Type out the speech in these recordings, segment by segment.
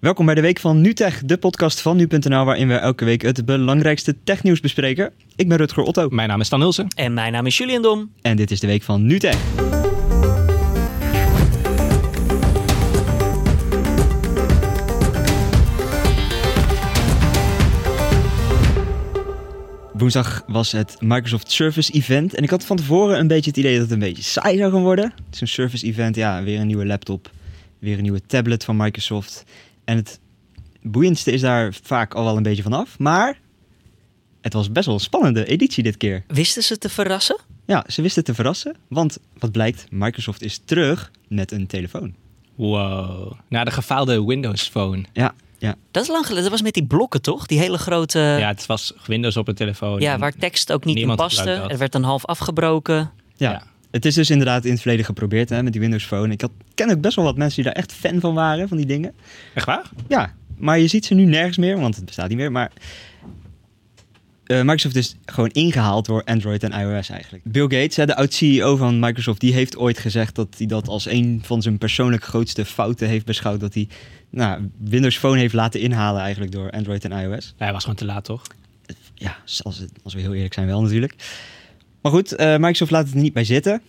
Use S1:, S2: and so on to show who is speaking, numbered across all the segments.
S1: Welkom bij de week van NuTech, de podcast van nu.nl waarin we elke week het belangrijkste technieuws bespreken. Ik ben Rutger Otto
S2: Mijn naam is Stan Hulsen.
S3: En mijn naam is Julian Dom.
S1: en dit is de week van NuTech. Woensdag was het Microsoft Service Event en ik had van tevoren een beetje het idee dat het een beetje saai zou gaan worden. Het is een Service Event, ja, weer een nieuwe laptop, weer een nieuwe tablet van Microsoft. En het boeiendste is daar vaak al wel een beetje vanaf, maar het was best wel een spannende editie dit keer.
S3: Wisten ze te verrassen?
S1: Ja, ze wisten te verrassen, want wat blijkt, Microsoft is terug met een telefoon.
S2: Wow. Na de gefaalde Windows Phone.
S1: Ja, ja.
S3: Dat is lang geleden. Dat was met die blokken, toch? Die hele grote... Ja,
S2: Ja, het was Windows op een telefoon. En-
S3: Eh. waar tekst ook niet in
S2: Niemand
S3: paste.
S2: gebruikt dat.
S3: Er werd dan half afgebroken.
S1: Ja.
S2: Ja.
S1: Het is dus inderdaad in het verleden geprobeerd hè, met die Windows Phone. Ik had, ken ook best wel wat mensen die daar echt fan van waren, van die dingen.
S2: Echt waar?
S1: Ja, maar je ziet ze nu nergens meer, want het bestaat niet meer. Maar eh, Microsoft is gewoon ingehaald door Android en iOS eigenlijk. Bill Gates, hè, de oud-CEO van Microsoft, die heeft ooit gezegd dat hij dat als een van zijn persoonlijk grootste fouten heeft beschouwd. Dat hij nou, Windows Phone heeft laten inhalen eigenlijk door Android en iOS.
S2: Nee, hij was gewoon te laat,
S3: Eh,
S2: toch?
S1: ja, als, het- als we heel eerlijk zijn wel natuurlijk. Maar goed, eh, Microsoft laat het er niet bij zitten.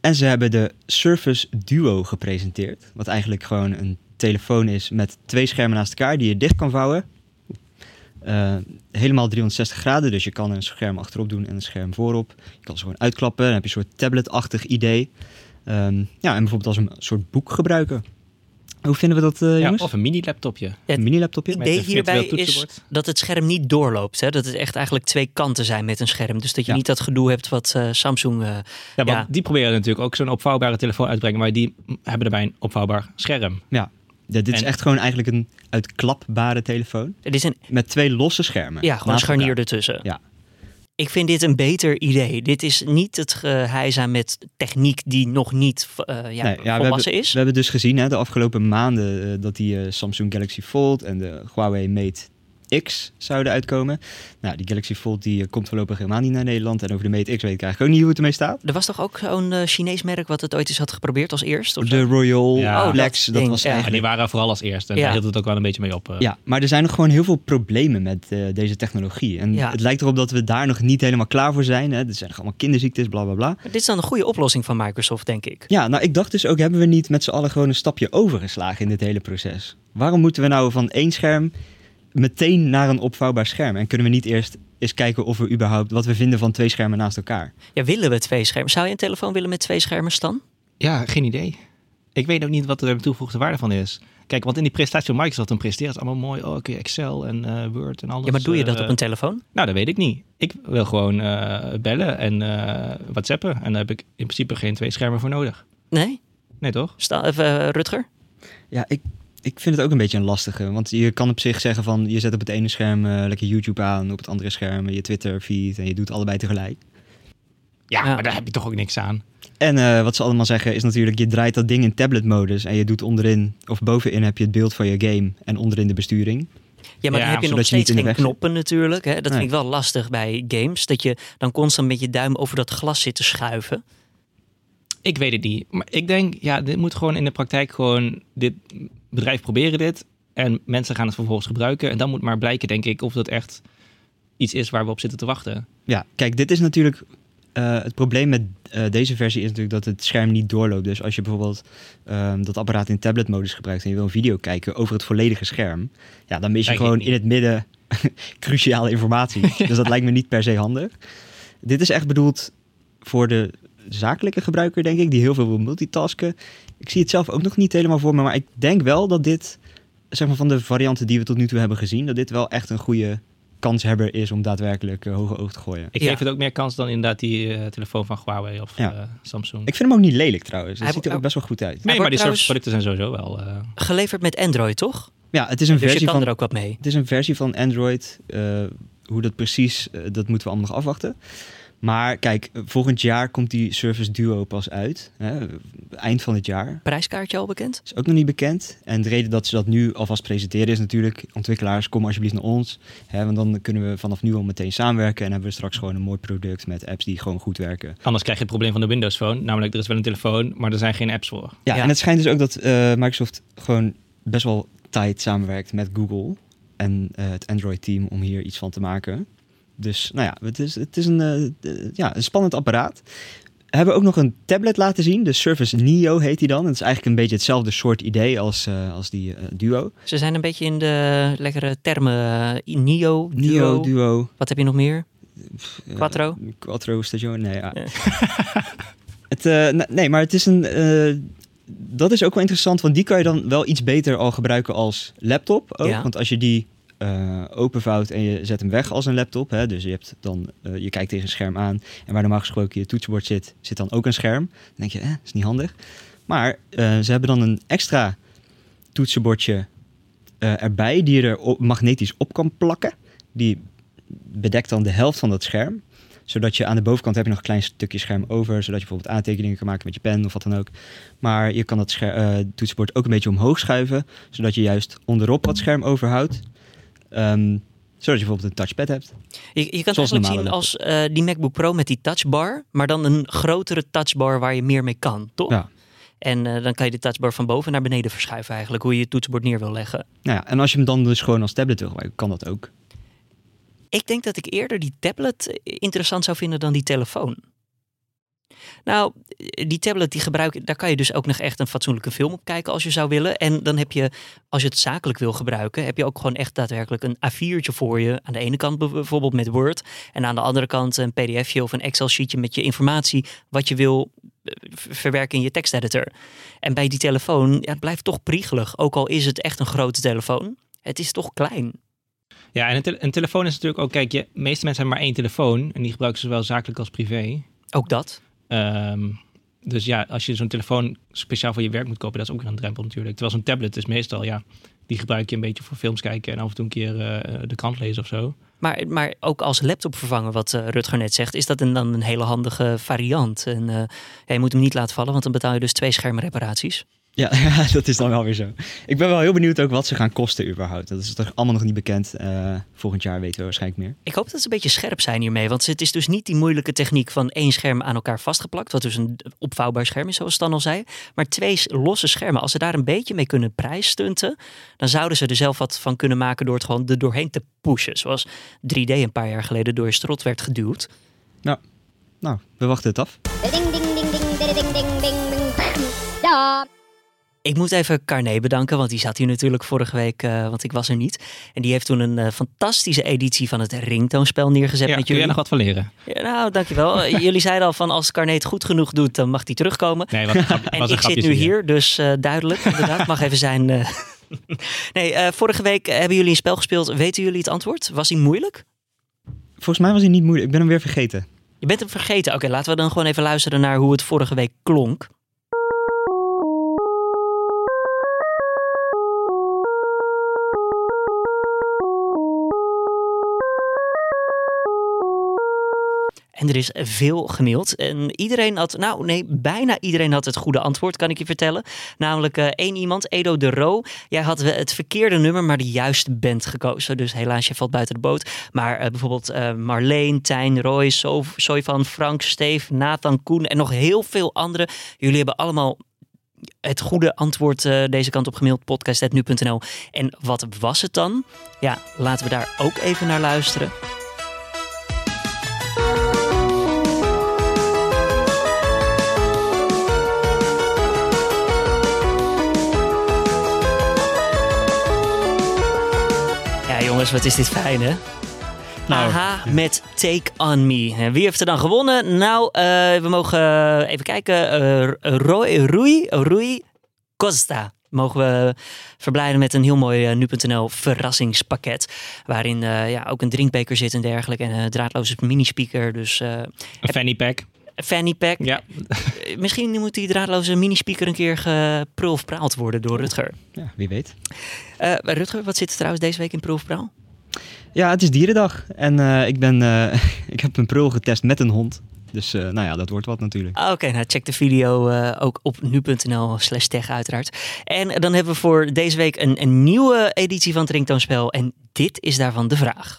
S1: En ze hebben de Surface Duo gepresenteerd. Wat eigenlijk gewoon een telefoon is met twee schermen naast elkaar die je dicht kan vouwen. Eh, helemaal 360 graden, dus je kan een scherm achterop doen en een scherm voorop. Je kan ze gewoon uitklappen, dan heb je een soort tabletachtig idee. Ehm, ja, en bijvoorbeeld als een soort boek gebruiken. Hoe vinden we dat, eh,
S2: Ja,
S1: jongens?
S2: of een mini-laptopje.
S1: een mini-laptopje?
S3: Het
S2: Met een
S3: idee
S2: virtueel
S3: hierbij is
S2: toetsenbord.
S3: dat het scherm niet doorloopt. Hè? Dat het echt eigenlijk twee kanten zijn met een scherm. Dus dat je
S1: Ja.
S3: niet dat gedoe hebt wat eh, Samsung... eh,
S2: Ja, want
S3: Ja.
S2: die proberen natuurlijk ook zo'n opvouwbare telefoon uit te brengen. Maar die hebben erbij een opvouwbaar scherm.
S1: Ja, Ja, dit is
S2: En-
S1: echt gewoon eigenlijk een uitklapbare telefoon.
S3: het is een,
S1: Met twee losse schermen.
S3: ja, gewoon een
S1: Naast
S3: scharnier
S1: elkaar.
S3: ertussen.
S1: Ja.
S3: Ik vind dit een beter idee. Dit is niet het geheiza met techniek die nog niet eh, ja,
S1: Nee, ja, we,
S3: volwassen
S1: hebben,
S3: is.
S1: we hebben dus gezien hè, de afgelopen maanden eh, dat die eh, Samsung Galaxy Fold en de Huawei Mate X zouden uitkomen. Nou, die Galaxy Fold die eh, komt voorlopig helemaal niet naar Nederland. En over de Mate X weet ik eigenlijk ook niet hoe het ermee staat.
S3: Er was toch ook zo'n eh, Chinees merk wat het ooit eens had geprobeerd als eerst? Of zo?
S1: De Royal
S2: Ja. Oh, dat
S1: Lex, dat,
S3: ding,
S1: was
S3: ja.
S2: En die
S1: eigenlijk...
S2: waren vooral als eerste. En
S3: Ja.
S2: daar hield het ook wel een beetje mee op. eh.
S1: Ja, maar er zijn nog gewoon heel veel problemen met eh, deze technologie. En
S3: Ja.
S1: het lijkt erop dat we daar nog niet helemaal klaar voor zijn. Hè. Er zijn nog allemaal kinderziektes, bla bla bla.
S3: Dit is dan een goede oplossing van Microsoft, denk ik.
S1: Ja, nou ik dacht dus ook, hebben we niet met z'n allen gewoon een stapje overgeslagen in dit hele proces? Waarom moeten we nou van één scherm meteen naar een opvouwbaar scherm? En kunnen we niet eerst eens kijken of we überhaupt wat we vinden van twee schermen naast elkaar?
S3: Ja, willen we twee schermen? Zou je een telefoon willen met twee schermen, Stan?
S2: Ja, geen idee. Ik weet ook niet wat de toegevoegde waarde van is. Kijk, want in die presentatie van Microsoft, dan presteert het allemaal mooi. Oh, oké, Excel en eh, Word en alles.
S3: Ja, maar doe je dat
S2: eh,
S3: op een telefoon?
S2: Nou, dat weet ik niet. Ik wil gewoon eh, bellen en eh, whatsappen. En daar heb ik in principe geen twee schermen voor nodig.
S3: Nee?
S2: Nee, toch?
S3: Stan, of, eh, Rutger?
S1: Ja, ik, ik vind het ook een beetje een lastige. Want je kan op zich zeggen van, je zet op het ene scherm eh, lekker YouTube aan, op het andere scherm eh, je Twitter feed en je doet allebei tegelijk.
S2: Ja,
S3: Ja.
S2: maar daar heb je toch ook niks aan.
S1: En eh, wat ze allemaal zeggen is natuurlijk, je draait dat ding in tabletmodus en je doet onderin of bovenin heb je het beeld van je game en onderin de besturing.
S3: Ja, maar
S2: Ja,
S3: dan heb je
S1: zodat
S3: nog
S1: je niet
S3: steeds
S1: in de
S3: geen
S1: weg zit.
S3: knoppen natuurlijk. Hè? Dat
S1: Nee.
S3: vind ik wel lastig bij games. Dat je dan constant met je duim over dat glas zit te schuiven.
S2: Ik weet het niet. Maar ik denk, ja, dit moet gewoon in de praktijk gewoon... Dit bedrijf proberen dit. En mensen gaan het vervolgens gebruiken. En dan moet maar blijken, denk ik, of dat echt iets is waar we op zitten te wachten.
S1: Ja, kijk, dit is natuurlijk. eh, het probleem met eh, deze versie is natuurlijk dat het scherm niet doorloopt. Dus als je bijvoorbeeld ehm, dat apparaat in tabletmodus gebruikt en je wil een video kijken over het volledige scherm, ja, dan mis je
S2: Kijk ik
S1: gewoon
S2: niet.
S1: in het midden cruciale informatie. Dus dat lijkt me niet per se handig. Dit is echt bedoeld voor de zakelijke gebruiker, denk ik, die heel veel wil multitasken. Ik zie het zelf ook nog niet helemaal voor me, maar ik denk wel dat dit, zeg maar van de varianten die we tot nu toe hebben gezien, dat dit wel echt een goede kanshebber is om daadwerkelijk eh, hoge oog te gooien.
S2: Ik
S3: Ja.
S2: geef het ook meer kans dan inderdaad die eh, telefoon van Huawei of
S1: Ja.
S2: eh, Samsung.
S1: Ik vind hem ook niet lelijk trouwens. Hij
S3: Hij
S1: ziet er ook best
S3: wordt-
S1: wel goed uit.
S2: nee, maar die
S3: trouwens-
S2: soort producten zijn sowieso wel... eh,
S3: Geleverd met Android, toch?
S1: Ja, het is een,
S3: Dus je
S1: versie,
S3: kan
S1: van,
S3: er ook wat mee.
S1: het is een versie van Android. Eh, hoe dat precies, eh, dat moeten we allemaal nog afwachten. Maar kijk, eh, volgend jaar komt die Service Duo pas uit. Hè, eind van het jaar.
S3: Prijskaartje al bekend?
S1: Is ook nog niet bekend. En de reden dat ze dat nu alvast presenteren is natuurlijk... ontwikkelaars, kom alsjeblieft naar ons. Hè, want dan kunnen we vanaf nu al meteen samenwerken... en hebben we straks gewoon een mooi product met apps die gewoon goed werken.
S2: Anders krijg je het probleem van de Windows Phone. Namelijk, er is wel een telefoon, maar er zijn geen apps voor.
S1: Ja,
S3: Ja.
S1: en het schijnt dus ook dat eh, Microsoft gewoon best wel tijd samenwerkt met Google en eh, het Android-team om hier iets van te maken. Dus nou ja, het is, het is een, eh, eh, ja, een spannend apparaat. We hebben ook nog een tablet laten zien. De Surface Neo heet die dan. Het is eigenlijk een beetje hetzelfde soort idee als, eh, als die eh, Duo.
S3: Ze zijn een beetje in de lekkere termen. eh, Nio, Duo.
S1: Neo, Duo.
S3: Wat heb je nog meer?
S1: eh,
S3: Quattro?
S1: Quattro Station, nee. Ja.
S3: Ja.
S1: het, eh, n- nee, maar het is een... eh, dat is ook wel interessant, want die kan je dan wel iets beter al gebruiken als laptop. Ook,
S3: Ja.
S1: Want als je die eh, openvouwt en je zet hem weg als een laptop, hè, dus je, hebt dan, eh, je kijkt tegen een scherm aan en waar normaal gesproken je toetsenbord zit, zit dan ook een scherm. Dan denk je, eh, is niet handig. Maar eh, ze hebben dan een extra toetsenbordje eh, erbij die je er op- magnetisch op kan plakken. Die bedekt dan de helft van dat scherm. Zodat je aan de bovenkant heb je nog een klein stukje scherm over. Zodat je bijvoorbeeld aantekeningen kan maken met je pen of wat dan ook. Maar je kan dat scher- eh, toetsenbord ook een beetje omhoog schuiven. Zodat je juist onderop wat scherm overhoudt. Ehm, zodat je bijvoorbeeld een touchpad hebt.
S3: Je, je kan het
S1: Zoals
S3: eigenlijk
S1: normale
S3: zien als eh, die MacBook Pro met die touchbar, maar dan een grotere touchbar waar je meer mee kan, toch?
S1: Ja.
S3: En eh, dan kan je de touchbar van boven naar beneden verschuiven eigenlijk, hoe je je toetsenbord neer wil leggen.
S1: Nou ja, en als je hem dan dus gewoon als tablet wil gebruiken, kan dat ook.
S3: Ik denk dat ik eerder die tablet eh, interessant zou vinden dan die telefoon. Nou, die tablet die gebruik daar kan je dus ook nog echt een fatsoenlijke film op kijken als je zou willen. En dan heb je, als je het zakelijk wil gebruiken, heb je ook gewoon echt daadwerkelijk een A4'tje voor je. Aan de ene kant bijv- bijvoorbeeld met Word en aan de andere kant een PDFje of een Excel-sheetje met je informatie wat je wil eh, ver- verwerken in je teksteditor. En bij die telefoon, ja, het blijft toch priegelig, ook al is het echt een grote telefoon. Het is toch klein.
S2: Ja, en een, tele- een telefoon is natuurlijk ook, kijk, je, de meeste mensen hebben maar één telefoon en die gebruiken ze zowel zakelijk als privé.
S3: Ook dat.
S2: Ehm, dus ja, als je zo'n telefoon speciaal voor je werk moet kopen, dat is ook weer een drempel natuurlijk. Terwijl zo'n tablet is meestal, ja, die gebruik je een beetje voor films kijken en af en toe een keer eh, de krant lezen of zo.
S3: Maar, maar ook als laptop vervangen, wat eh, Rutger net zegt, is dat een, dan een hele handige variant. En eh, ja, je moet hem niet laten vallen, want dan betaal je dus twee schermreparaties.
S1: Ja, ja, dat is dan wel weer zo. Ik ben wel heel benieuwd ook wat ze gaan kosten überhaupt. Dat is toch allemaal nog niet bekend. Eh, volgend jaar weten we waarschijnlijk meer.
S3: Ik hoop dat ze een beetje scherp zijn hiermee, want het is dus niet die moeilijke techniek van één scherm aan elkaar vastgeplakt, wat dus een opvouwbaar scherm is, zoals Stan al zei, maar twee s- losse schermen. Als ze daar een beetje mee kunnen prijsstunten, dan zouden ze er zelf wat van kunnen maken door het gewoon er doorheen te pushen, zoals 3D een paar jaar geleden door je strot werd geduwd.
S1: Nou, we wachten het af.
S4: Ding ding ding ding ding ding ding ding ding. Da.
S3: Ik moet even Carné bedanken, want die zat hier natuurlijk vorige week, eh, want ik was er niet. En die heeft toen een eh, fantastische editie van het ringtoonspel neergezet
S2: ja,
S3: met
S2: kun jij nog
S3: jullie.
S2: wat van leren?
S3: Ja, nou, dankjewel. Eh, jullie zeiden al van als Carné het goed genoeg doet, dan mag hij terugkomen.
S2: Nee, wat een grap- was een
S3: En ik zit
S2: grapje,
S3: nu
S2: zie je.
S3: hier, dus eh, duidelijk, inderdaad. Mag even zijn. eh. Nee, eh, vorige week hebben jullie een spel gespeeld. Weten jullie het antwoord? Was die moeilijk?
S1: Volgens mij was hij niet moeilijk. Ik ben hem weer vergeten.
S3: Je bent hem vergeten. Oké, laten we dan gewoon even luisteren naar hoe het vorige week klonk. En er is veel gemaild. En iedereen had, nou nee, bijna iedereen had het goede antwoord, kan ik je vertellen. Namelijk eh, één iemand, Edo de Roo. Jij had we- het verkeerde nummer, maar de juiste band gekozen. Dus helaas, je valt buiten de boot. Maar eh, bijvoorbeeld eh, Marleen, Tijn, Roy, So- Soy van Frank, Steef, Nathan, Koen en nog heel veel anderen. Jullie hebben allemaal het goede antwoord eh, deze kant op gemaild. Podcast.nu.nl. En wat was het dan? Ja, laten we daar ook even naar luisteren. Ja, jongens, wat is dit fijn, hè?
S1: Nou,
S3: Aha, met Take On Me. En wie heeft er dan gewonnen? Nou, eh, we mogen eh, even kijken. eh, Roy, Rui, Rui Costa. Mogen we verblijden met een heel mooi eh, nu.nl verrassingspakket. Waarin eh, ja, ook een drinkbeker zit en dergelijke. En een draadloze mini-speaker. Dus eh,
S2: Een fanny pack.
S3: fanny pack.
S2: Ja,
S3: Eh, Misschien moet die draadloze mini-speaker een keer geprul of praald worden door Rutger.
S1: Ja, wie weet.
S3: Eh, Rutger, wat zit er trouwens deze week in prul of praal?
S1: Ja, het is dierendag. En eh, ik, ben, eh, ik heb een prul getest met een hond. Dus eh, nou ja, dat wordt wat natuurlijk.
S3: Ah, Oké, nou check de video eh, ook op nu.nl slash tech uiteraard. En dan hebben we voor deze week een, een nieuwe editie van het Ringtoonspel. En dit is daarvan de vraag.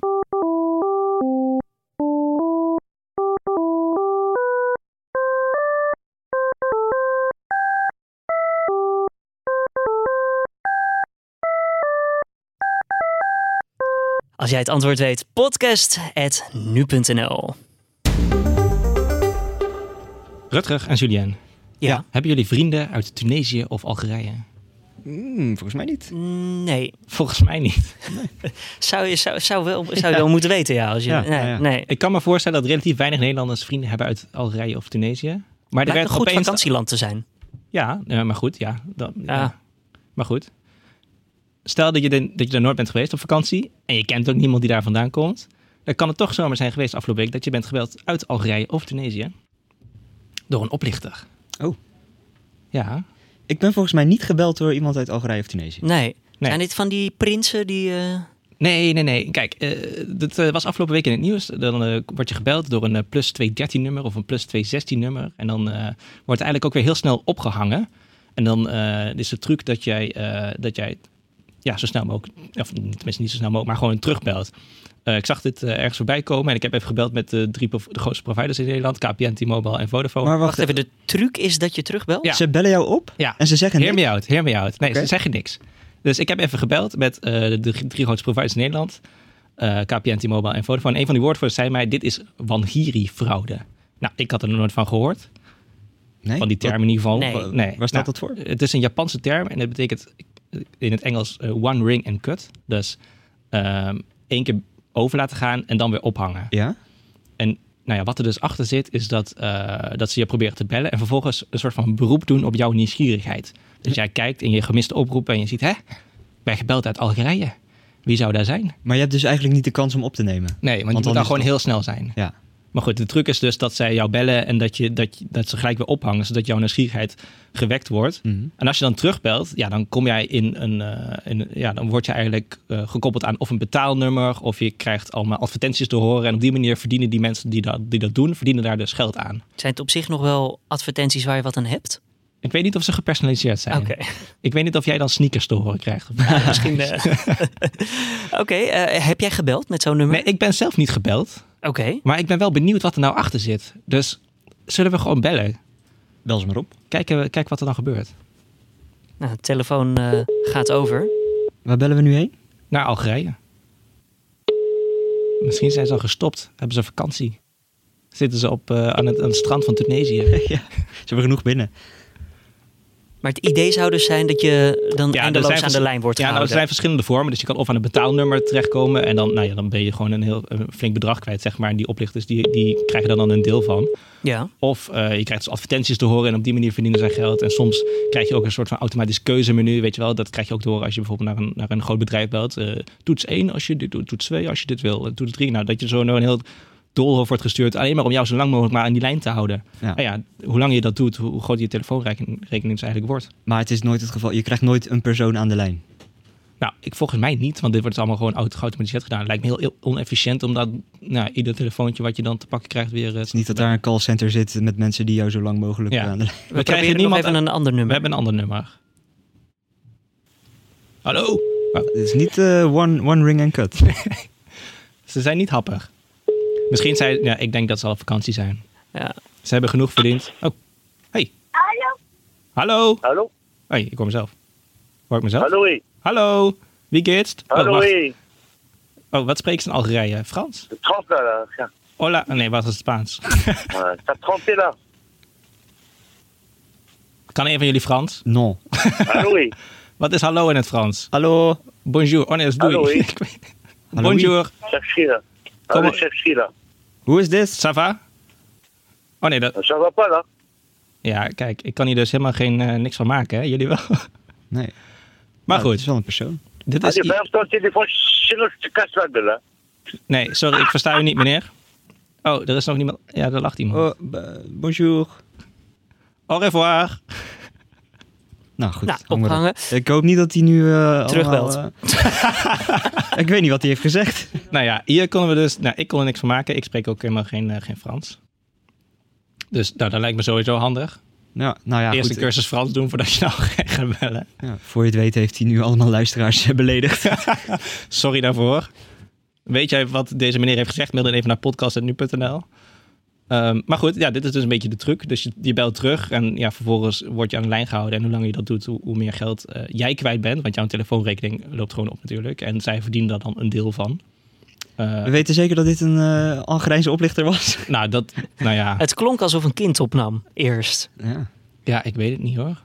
S3: Als jij het antwoord weet, podcast.nu.nl.
S2: Rutger en Julien,
S3: Ja.
S2: hebben jullie vrienden uit Tunesië of Algerije?
S1: Hmm, volgens mij niet.
S3: Nee,
S2: Volgens mij niet.
S3: zou je, zou, zou wel, zou je wel moeten weten, ja. Als je,
S1: Ja,
S3: nee,
S1: ja, ja.
S3: nee.
S2: Ik kan me voorstellen dat relatief weinig Nederlanders vrienden hebben uit Algerije of Tunesië. Maar er
S3: Lijkt
S2: werd
S3: een goed
S2: opeens...
S3: vakantieland te zijn.
S2: Ja, eh, maar goed, ja. Dan, ja.
S3: Ah.
S2: Maar goed. Stel dat je, de- dat je daar nooit bent geweest op vakantie en je kent ook niemand die daar vandaan komt. Dan kan het toch zomaar zijn geweest afgelopen week dat je bent gebeld uit Algerije of Tunesië. Door een oplichter.
S1: Oh.
S2: Ja.
S1: Ik ben volgens mij niet gebeld door iemand uit Algerije of Tunesië.
S3: Nee.
S2: Nee.
S3: Zijn dit van die prinsen die... eh,
S2: Nee, nee, nee. Kijk, eh dat eh, was afgelopen week in het nieuws. Dan eh, word je gebeld door een eh, plus 213 nummer of een plus 216 nummer. En dan eh, wordt het eigenlijk ook weer heel snel opgehangen. En dan eh, is de truc dat jij, eh, dat jij ja, zo snel mogelijk, of tenminste niet zo snel mogelijk, maar gewoon terugbelt. Eh, ik zag dit eh, ergens voorbij komen en ik heb even gebeld met de drie prov- de grootste providers in Nederland. KPN, T-Mobile en Vodafone.
S1: Maar wacht,
S3: wacht even, dus de truc is dat je terugbelt?
S2: Ja.
S1: ze bellen jou op
S2: Ja.
S1: en ze zeggen...
S2: Hear
S1: nee.
S2: me out, hear me out. Nee,
S1: Oké.
S2: ze zeggen niks. Dus ik heb even gebeld met eh, de drie, drie grootste providers in Nederland. eh, KPN, T-Mobile en Vodafone. Een van die woordvoerders zei mij, dit is Wangiri-fraude. Nou, ik had er nog nooit van gehoord.
S1: Nee?
S2: Van die term nou. in ieder geval.
S3: Nee.
S1: Wa- waar staat dat voor?
S2: Het is een Japanse term en dat betekent in het Engels eh, one ring and cut. Dus ehm, één keer over laten gaan en dan weer ophangen.
S1: Ja?
S2: En nou ja, wat er dus achter zit, is dat, eh, dat ze je proberen te bellen en vervolgens een soort van beroep doen op jouw nieuwsgierigheid. Dus
S1: Hm.
S2: jij kijkt in je gemiste oproepen en je ziet, hè, ben gebeld uit Algerije. Wie zou daar zijn?
S1: Maar je hebt dus eigenlijk niet de kans om op te nemen.
S2: Nee,
S1: dan
S2: want, je moet
S1: is
S2: daar
S1: het
S2: gewoon
S1: toch-
S2: heel snel zijn.
S1: Ja.
S2: Maar goed, de truc is dus dat zij jou bellen en dat, je, dat, je- dat ze gelijk weer ophangen, zodat jouw nieuwsgierigheid gewekt wordt.
S1: Mhm.
S2: En als je dan terugbelt, ja, dan kom jij in een, eh, in, ja, dan word je eigenlijk eh, gekoppeld aan of een betaalnummer, of je krijgt allemaal advertenties te horen. En op die manier verdienen die mensen die dat, die dat doen, verdienen daar dus geld aan.
S3: Zijn het op zich nog wel advertenties waar je wat aan hebt?
S2: Ik weet niet of ze gepersonaliseerd zijn. Ik weet niet of jij dan sneakers te horen krijgt.
S3: Misschien... eh, Oké, eh, heb jij gebeld met zo'n nummer?
S2: Nee, ik ben zelf niet gebeld,
S3: Oké.
S2: maar ik ben wel benieuwd wat er nou achter zit. Dus zullen we gewoon bellen?
S1: Bel ze maar op.
S2: Kijken, we- kijk wat er dan gebeurt.
S3: Nou, de telefoon eh, gaat over.
S1: Waar bellen we nu heen?
S2: Naar Algerije. Misschien zijn ze al gestopt. Hebben ze vakantie. Zitten ze op, eh, aan, het, aan het strand van Tunesië.
S1: ja. Ze hebben genoeg binnen.
S3: Maar het idee zou dus zijn dat je dan
S2: er
S3: eindeloos
S2: zijn
S3: aan
S2: vers-
S3: de lijn wordt
S2: Ja, nou, er
S3: gehouden.
S2: zijn verschillende vormen. Dus je kan of aan een betaalnummer terechtkomen. En dan, nou ja, dan ben je gewoon een heel een flink bedrag kwijt, zeg maar. En die oplichters die, die krijgen daar dan een deel van.
S3: Ja,
S2: Of eh, je krijgt dus advertenties te horen en op die manier verdienen zij geld. En soms krijg je ook een soort van automatisch keuzemenu, weet je wel. Dat krijg je ook te horen als je bijvoorbeeld naar een, naar een groot bedrijf belt. Eh, toets 1 als je dit doet, toets 2 als je dit wil, en toets 3. Nou, dat je zo naar een heel doolhof wordt gestuurd. Alleen maar om jou zo lang mogelijk maar aan die lijn te houden.
S1: Ja.
S2: Nou ja, hoe langer je dat doet, hoe hoe groot je telefoonrekening rekening dus eigenlijk wordt.
S1: Maar het is nooit het geval. Je krijgt nooit een persoon aan de lijn.
S2: Nou, ik, volgens mij niet, want dit wordt dus allemaal gewoon auto- geautomatiseerd gedaan. Lijkt me heel, heel onefficiënt, omdat nou, ieder telefoontje wat je dan te pakken krijgt weer... eh,
S1: Het is niet dat daar een callcenter zit met mensen die jou zo lang mogelijk
S2: Ja.
S1: eh, aan de lijn...
S3: we, proberen nog even een ander
S2: We
S3: nummer.
S2: hebben een ander nummer. Hallo?
S1: Het is niet eh, one, one ring and cut.
S2: Ze zijn niet happig. Misschien zijn... Ja, ik denk dat ze al op vakantie zijn.
S3: Ja.
S2: Ze hebben genoeg verdiend. Oh, hey. Hallo. Hallo.
S5: Hallo?
S2: Hey, ik hoor mezelf. Hoor ik mezelf?
S5: Hallo, hé.
S2: Hallo. Wie geht's?
S5: Hallo,
S2: oh, wacht.
S5: hé.
S2: oh, wat spreekt ze in Algerije? Frans?
S5: Trompe, là. Tiens.
S2: Hola. Oh, Nee, wat is het Spaans?
S5: Voilà. T'as trompé, là.
S2: kan een van jullie Frans?
S1: No.
S5: Hallo, hé.
S2: Wat is hallo in het Frans?
S1: Hallo.
S2: Bonjour. Oh nee, dat is doei.
S5: Hallo, hé.
S2: Ik weet- Bonjour.
S5: Cherchez, là.
S2: Comment-
S5: Allez, cherchez, là.
S1: Hoe is dit?
S2: Ça va? Oh nee, dat...
S5: Ça va pas, là.
S2: Ja, kijk, ik kan hier dus helemaal geen, eh, niks van maken, hè? Jullie wel.
S1: Nee. Maar
S2: Maar
S1: Het
S2: goed,
S1: is wel een persoon.
S2: dit is...
S5: Allez,
S2: i-
S5: ferme ton téléphone, sinon je te casse la gueule, là.
S2: Nee, sorry, ik versta u niet, meneer. Oh, er is nog niemand... Ja, daar lacht iemand.
S1: Oh, b- bonjour.
S2: Au revoir.
S1: Nou goed.
S3: Nou,
S1: hang maar op.
S3: ophangen.
S1: Ik hoop niet dat hij nu... eh,
S3: Terugbelt.
S1: allemaal, eh, ik weet niet wat hij heeft gezegd.
S2: Nou ja, hier konden we dus... Nou, ik kon er niks van maken. Ik spreek ook helemaal geen, eh, geen Frans. Dus nou, dat lijkt me sowieso handig.
S1: Ja, nou ja,
S2: Eerst
S1: goed.
S2: een cursus Frans doen voordat je nou gaat bellen.
S1: Ja, voor je het weet heeft hij nu allemaal luisteraars eh, beledigd.
S2: Sorry daarvoor. Weet jij wat deze meneer heeft gezegd? Mail dan even naar podcast.nu.nl. Ehm, maar goed, ja, dit is dus een beetje de truc. Dus je, je belt terug en ja, vervolgens word je aan de lijn gehouden. En hoe langer je dat doet, hoe, hoe meer geld eh, jij kwijt bent. Want jouw telefoonrekening loopt gewoon op natuurlijk. En zij verdienen daar dan een deel van. Eh,
S1: We weten zeker dat dit een eh Algerijnse oplichter was.
S2: nou, dat, nou ja,
S3: Het klonk alsof een kind opnam, eerst.
S1: ja,
S2: ja, ik weet het niet hoor.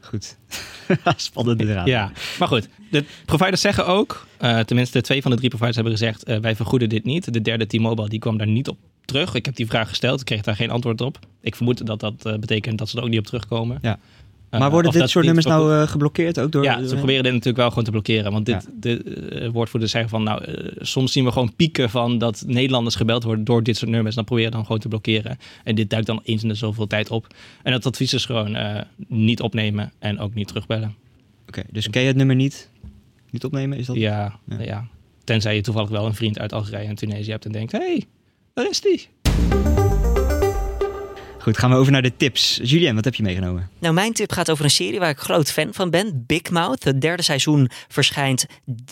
S1: goed. Spannende draad.
S2: Ja, maar goed. De providers zeggen ook, eh, tenminste twee van de drie providers hebben gezegd, eh, wij vergoeden dit niet. De derde T-Mobile die kwam daar niet op terug. Ik heb die vraag gesteld, ik kreeg daar geen antwoord op. Ik vermoed dat dat eh, betekent dat ze er ook niet op terugkomen.
S1: Ja.
S2: Eh,
S1: maar
S2: of
S1: worden dit
S2: dat
S1: soort
S2: niet
S1: nummers
S2: ook-
S1: nou eh, geblokkeerd ook door...
S2: ja, ze proberen dit natuurlijk wel gewoon te blokkeren. Want dit,
S1: Ja.
S2: de eh, woordvoerders zeggen van, nou, eh, soms zien we gewoon pieken van dat Nederlanders gebeld worden door dit soort nummers. Dan probeer je dan gewoon te blokkeren. En dit duikt dan eens in de zoveel tijd op. En dat advies is gewoon eh, niet opnemen en ook niet terugbellen.
S1: Oké, dus ken je het nummer niet? Niet opnemen, is dat?
S2: Ja,
S1: Ja.
S2: ja. Tenzij je toevallig wel een vriend uit Algerije en Tunesië hebt en denkt, hé, hey, daar is die.
S1: Goed, gaan we over naar de tips. Julien, wat heb je meegenomen?
S3: Nou, mijn tip gaat over een serie waar ik groot fan van ben. Big Mouth. Het derde seizoen verschijnt d-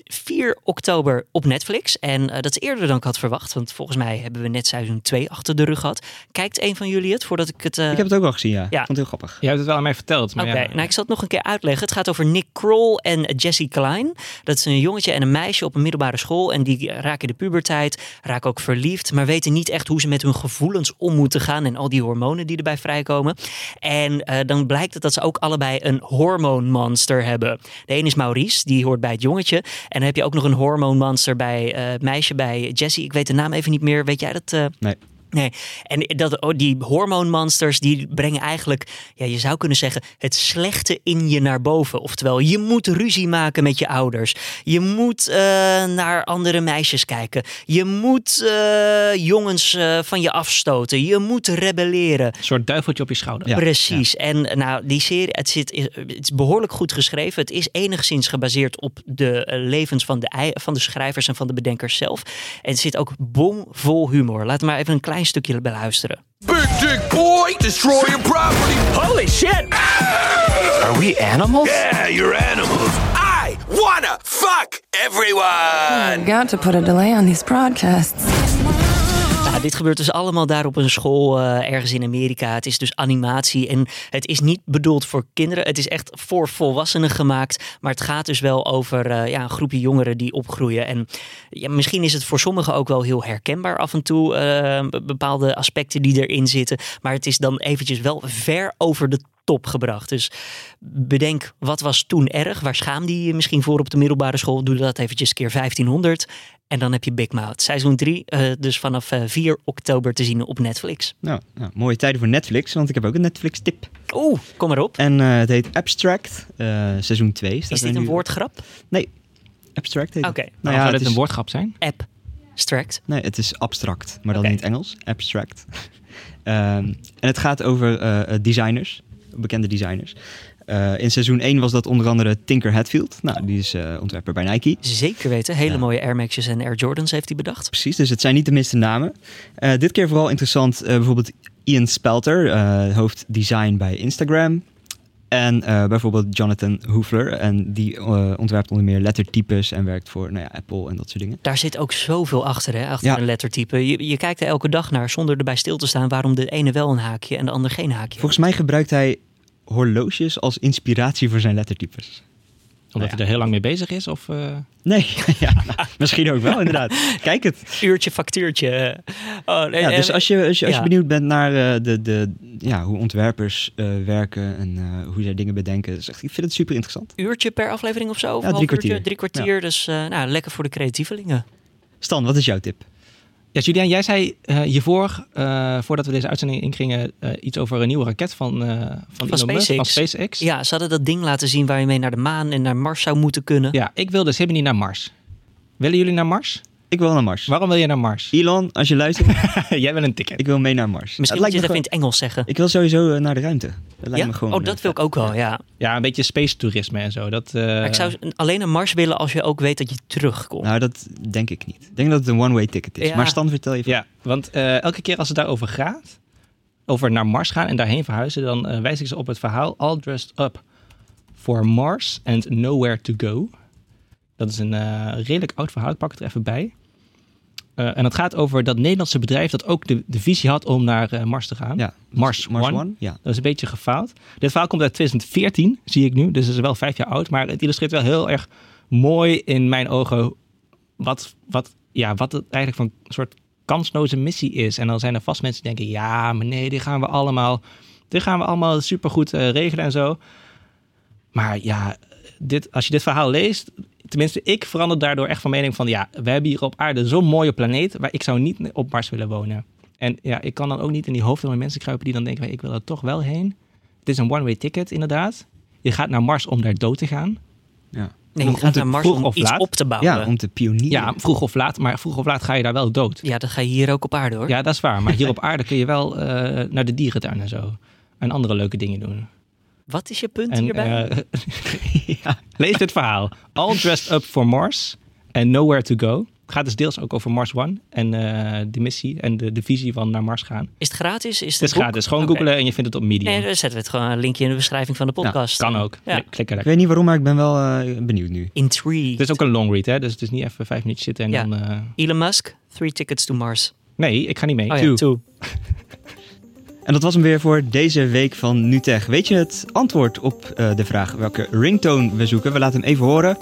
S3: 4 oktober op Netflix. En eh, dat is eerder dan ik had verwacht. Want volgens mij hebben we net seizoen 2 achter de rug gehad. Kijkt een van jullie het voordat ik het... eh,
S1: Ik heb het ook wel gezien, ja. Ik
S3: ja.
S1: vond het heel grappig.
S2: Jij hebt het wel aan mij verteld. Maar
S3: Oké,
S2: ja,
S3: nou ik zal het nog een keer uitleggen. Het gaat over Nick Kroll en Jesse Klein. Dat is een jongetje en een meisje op een middelbare school. En die raken in de puberteit, raken ook verliefd. Maar weten niet echt hoe ze met hun gevoelens om moeten gaan. En al die hormonen die erbij vrijkomen. En eh, dan blijkt het dat ze ook allebei een hormoonmonster hebben. De een is Maurice, die hoort bij het jongetje. En dan heb je ook nog een hormoonmonster bij eh, het meisje, bij Jesse. Ik weet de naam even niet meer. Weet jij dat? eh?
S1: Nee.
S3: Nee, en dat, oh, die hormoonmonsters die brengen eigenlijk, ja, je zou kunnen zeggen, het slechte in je naar boven. Oftewel, je moet ruzie maken met je ouders. Je moet eh, naar andere meisjes kijken. Je moet eh, jongens eh, van je afstoten. Je moet rebelleren.
S2: Een soort duiveltje op je schouder. Nou
S1: Ja.
S3: Precies. En eh, nou, die serie, het, zit, is- het is behoorlijk goed geschreven. Het is enigszins gebaseerd op de eh, levens van de, ei- van de schrijvers en van de bedenkers zelf. En het zit ook bomvol humor. Laten we maar even een klein stukje beluisteren.
S6: Big dick boy, destroy your property. Holy shit!
S7: Are we animals?
S6: Yeah, you're animals. I wanna fuck everyone.
S8: I've got to put a delay on these broadcasts.
S3: Nou, dit gebeurt dus allemaal daar op een school eh, ergens in Amerika. Het is dus animatie en het is niet bedoeld voor kinderen. Het is echt voor volwassenen gemaakt. Maar het gaat dus wel over eh, ja, een groepje jongeren die opgroeien. En ja, misschien is het voor sommigen ook wel heel herkenbaar af en toe. eh, be- bepaalde aspecten die erin zitten. Maar het is dan eventjes wel ver over de top gebracht. Dus bedenk, wat was toen erg? Waar schaamde je je misschien voor op de middelbare school? Doe dat eventjes keer 1500. En dan heb je Big Mouth. Seizoen 3, dus vanaf eh, 4 oktober te zien op Netflix.
S1: Nou, nou, mooie tijden voor Netflix, want ik heb ook een Netflix-tip.
S3: Oeh, kom maar op.
S1: En eh, het heet Abstract, eh, seizoen 2.
S3: Is dit een woordgrap?
S1: Nee, Abstract heet het.
S3: Oké. Oh,
S2: Nou, zou
S1: ja,
S2: dit
S1: het is,
S2: een woordgrap zijn?
S3: App. Stract.
S1: Nee, het is abstract, maar dan
S3: Oké.
S1: in het Engels. Abstract. Ehm, en het gaat over eh, eh, designers, bekende designers. Eh, in seizoen 1 was dat onder andere Tinker Hatfield. Nou, die is eh, ontwerper bij Nike.
S3: Zeker weten. Hele
S1: Ja.
S3: mooie Air Max'jes en Air Jordans heeft hij bedacht.
S1: Precies, dus het zijn niet de minste namen. Eh, dit keer vooral interessant eh, bijvoorbeeld Ian Spelter, eh hoofd design bij Instagram. En eh, bijvoorbeeld Jonathan Hoefler. En die eh, ontwerpt onder meer lettertypes en werkt voor nou ja, Apple en dat soort dingen.
S3: Daar zit ook zoveel achter, hè? Achter
S1: Ja.
S3: een lettertype. Je, je kijkt er elke dag naar zonder erbij stil te staan waarom de ene wel een haakje en de ander geen haakje.
S1: Volgens mij gebruikt hij horloges als inspiratie voor zijn lettertypes.
S2: Omdat
S1: ja.
S2: hij er heel lang mee bezig is? Of, eh,
S1: Nee, ja, nou, misschien ook wel inderdaad. Kijk het.
S3: Uurtje, factuurtje. eh. Oh, nee,
S1: Ja,
S3: eh,
S1: dus als je, als je, als je
S3: ja.
S1: benieuwd bent naar eh, de, de, ja, hoe ontwerpers eh, werken en eh, hoe zij dingen bedenken. Dus echt, ik vind het super interessant.
S3: uurtje per aflevering of zo? Of
S1: Ja, drie
S3: een half uurtje?
S1: kwartier.
S3: Drie kwartier, dus eh, nou, lekker voor de creatievelingen.
S1: Stan, wat is jouw tip?
S2: Ja, Julian, jij zei eh, hiervoor, eh, voordat we deze uitzending ingingen, eh, iets over een nieuwe raket van, eh, van, Elon Musk,
S3: SpaceX.
S2: van SpaceX.
S3: Ja, ze hadden dat ding laten zien waar je mee naar de maan en naar Mars zou moeten kunnen.
S2: Ja, ik wil dus helemaal niet naar Mars. Willen jullie naar Mars?
S1: Ik wil naar Mars.
S2: Waarom wil je naar Mars?
S1: Elon, als je luistert,
S2: jij wil een ticket.
S1: ik wil mee naar Mars.
S3: Misschien
S1: Het
S3: moet
S1: lijkt
S3: je het
S1: me
S3: even in het Engels zeggen.
S1: gewoon- Ik wil sowieso eh, naar de ruimte. Dat lijkt
S3: ja?
S1: me gewoon.
S3: oh, dat
S1: eh,
S3: wil ik ook wel, ja.
S2: Ja, een beetje space toerisme en zo. Dat, eh,
S3: Maar ik zou alleen naar Mars willen als je ook weet dat je terugkomt.
S1: Nou, dat denk ik niet. Ik denk dat het een one-way ticket is.
S3: Ja.
S1: Maar Stan, vertel je.
S2: Ja, want eh, elke keer als het daarover gaat, over naar Mars gaan en daarheen verhuizen, dan eh, wijs ik ze op het verhaal All Dressed Up for Mars and Nowhere to Go. Dat is een eh, redelijk oud verhaal, ik pak het er even bij. Eh, en dat gaat over dat Nederlandse bedrijf dat ook de, de visie had om naar eh, Mars te gaan.
S1: Ja. dus
S2: Mars,
S1: Mars One.
S2: One.
S1: Ja.
S2: Dat is een beetje gefaald. Dit verhaal komt uit 2014, zie ik nu. Dus het is wel vijf jaar oud. Maar het illustreert wel heel erg mooi in mijn ogen wat, wat ja, wat het eigenlijk van een soort kansloze missie is. En dan zijn er vast mensen die denken, ja, maar nee, dit gaan we allemaal, dit gaan we allemaal supergoed eh, regelen en zo. Maar ja, dit, als je dit verhaal leest, tenminste, ik verander daardoor echt van mening van, ja, we hebben hier op aarde zo'n mooie planeet, waar ik zou niet op Mars willen wonen. En ja, ik kan dan ook niet in die hoofden van mensen kruipen die dan denken, ik wil er toch wel heen. Het is een one-way ticket, inderdaad. Je gaat naar Mars om daar dood te gaan.
S1: Ja.
S3: Nee, je
S1: Om-
S3: gaat
S1: om
S3: naar
S1: te-
S3: Mars
S2: vroeg
S3: om
S2: of
S3: iets
S2: laat.
S3: op te bouwen.
S1: Ja,
S3: Ja,
S1: om te pionieren.
S2: Ja, vroeg of laat, maar vroeg of laat ga je daar wel dood.
S3: dat ga je hier ook op aarde hoor.
S2: Ja, dat is waar. Maar hier op aarde kun je wel eh, naar de dierentuin en zo. En andere leuke dingen doen.
S3: Wat is je punt
S2: En,
S3: hierbij?
S2: eh, ja, Lees dit verhaal. All Dressed Up for Mars and Nowhere to Go. Gaat dus deels ook over Mars One en eh, de missie en de, de visie van naar Mars gaan.
S3: is het gratis? Is het,
S2: Het is
S3: een boek?
S2: gratis. Gewoon
S3: Oké.
S2: googlen en je vindt het op Medium.
S3: Nee, dan zetten we het gewoon een linkje in de beschrijving van de podcast.
S2: kan ook.
S3: Ja.
S2: Nee, Klik er
S1: Ik
S2: lekker.
S1: weet niet waarom, maar ik ben wel eh, benieuwd nu.
S3: Intrigue.
S2: Het is ook een long read, hè? Dus het is niet even vijf minuten zitten en
S3: Ja.
S2: dan... eh,
S3: Elon Musk, Three Tickets to Mars.
S2: Nee, ik ga niet mee.
S3: Oh ja,
S2: Toe.
S3: two.
S1: En dat was hem weer voor deze week van NuTech. Weet je het antwoord op eh, de vraag welke ringtone we zoeken? We laten hem even horen.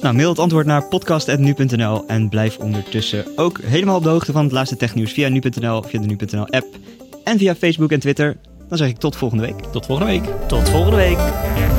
S1: Nou, mail het antwoord naar podcast.nu.nl en blijf ondertussen ook helemaal op de hoogte van het laatste technieuws via nu.nl, via de nu.nl app en via Facebook en Twitter. Dan zeg ik tot volgende week.
S2: Tot volgende week.
S3: Tot volgende week.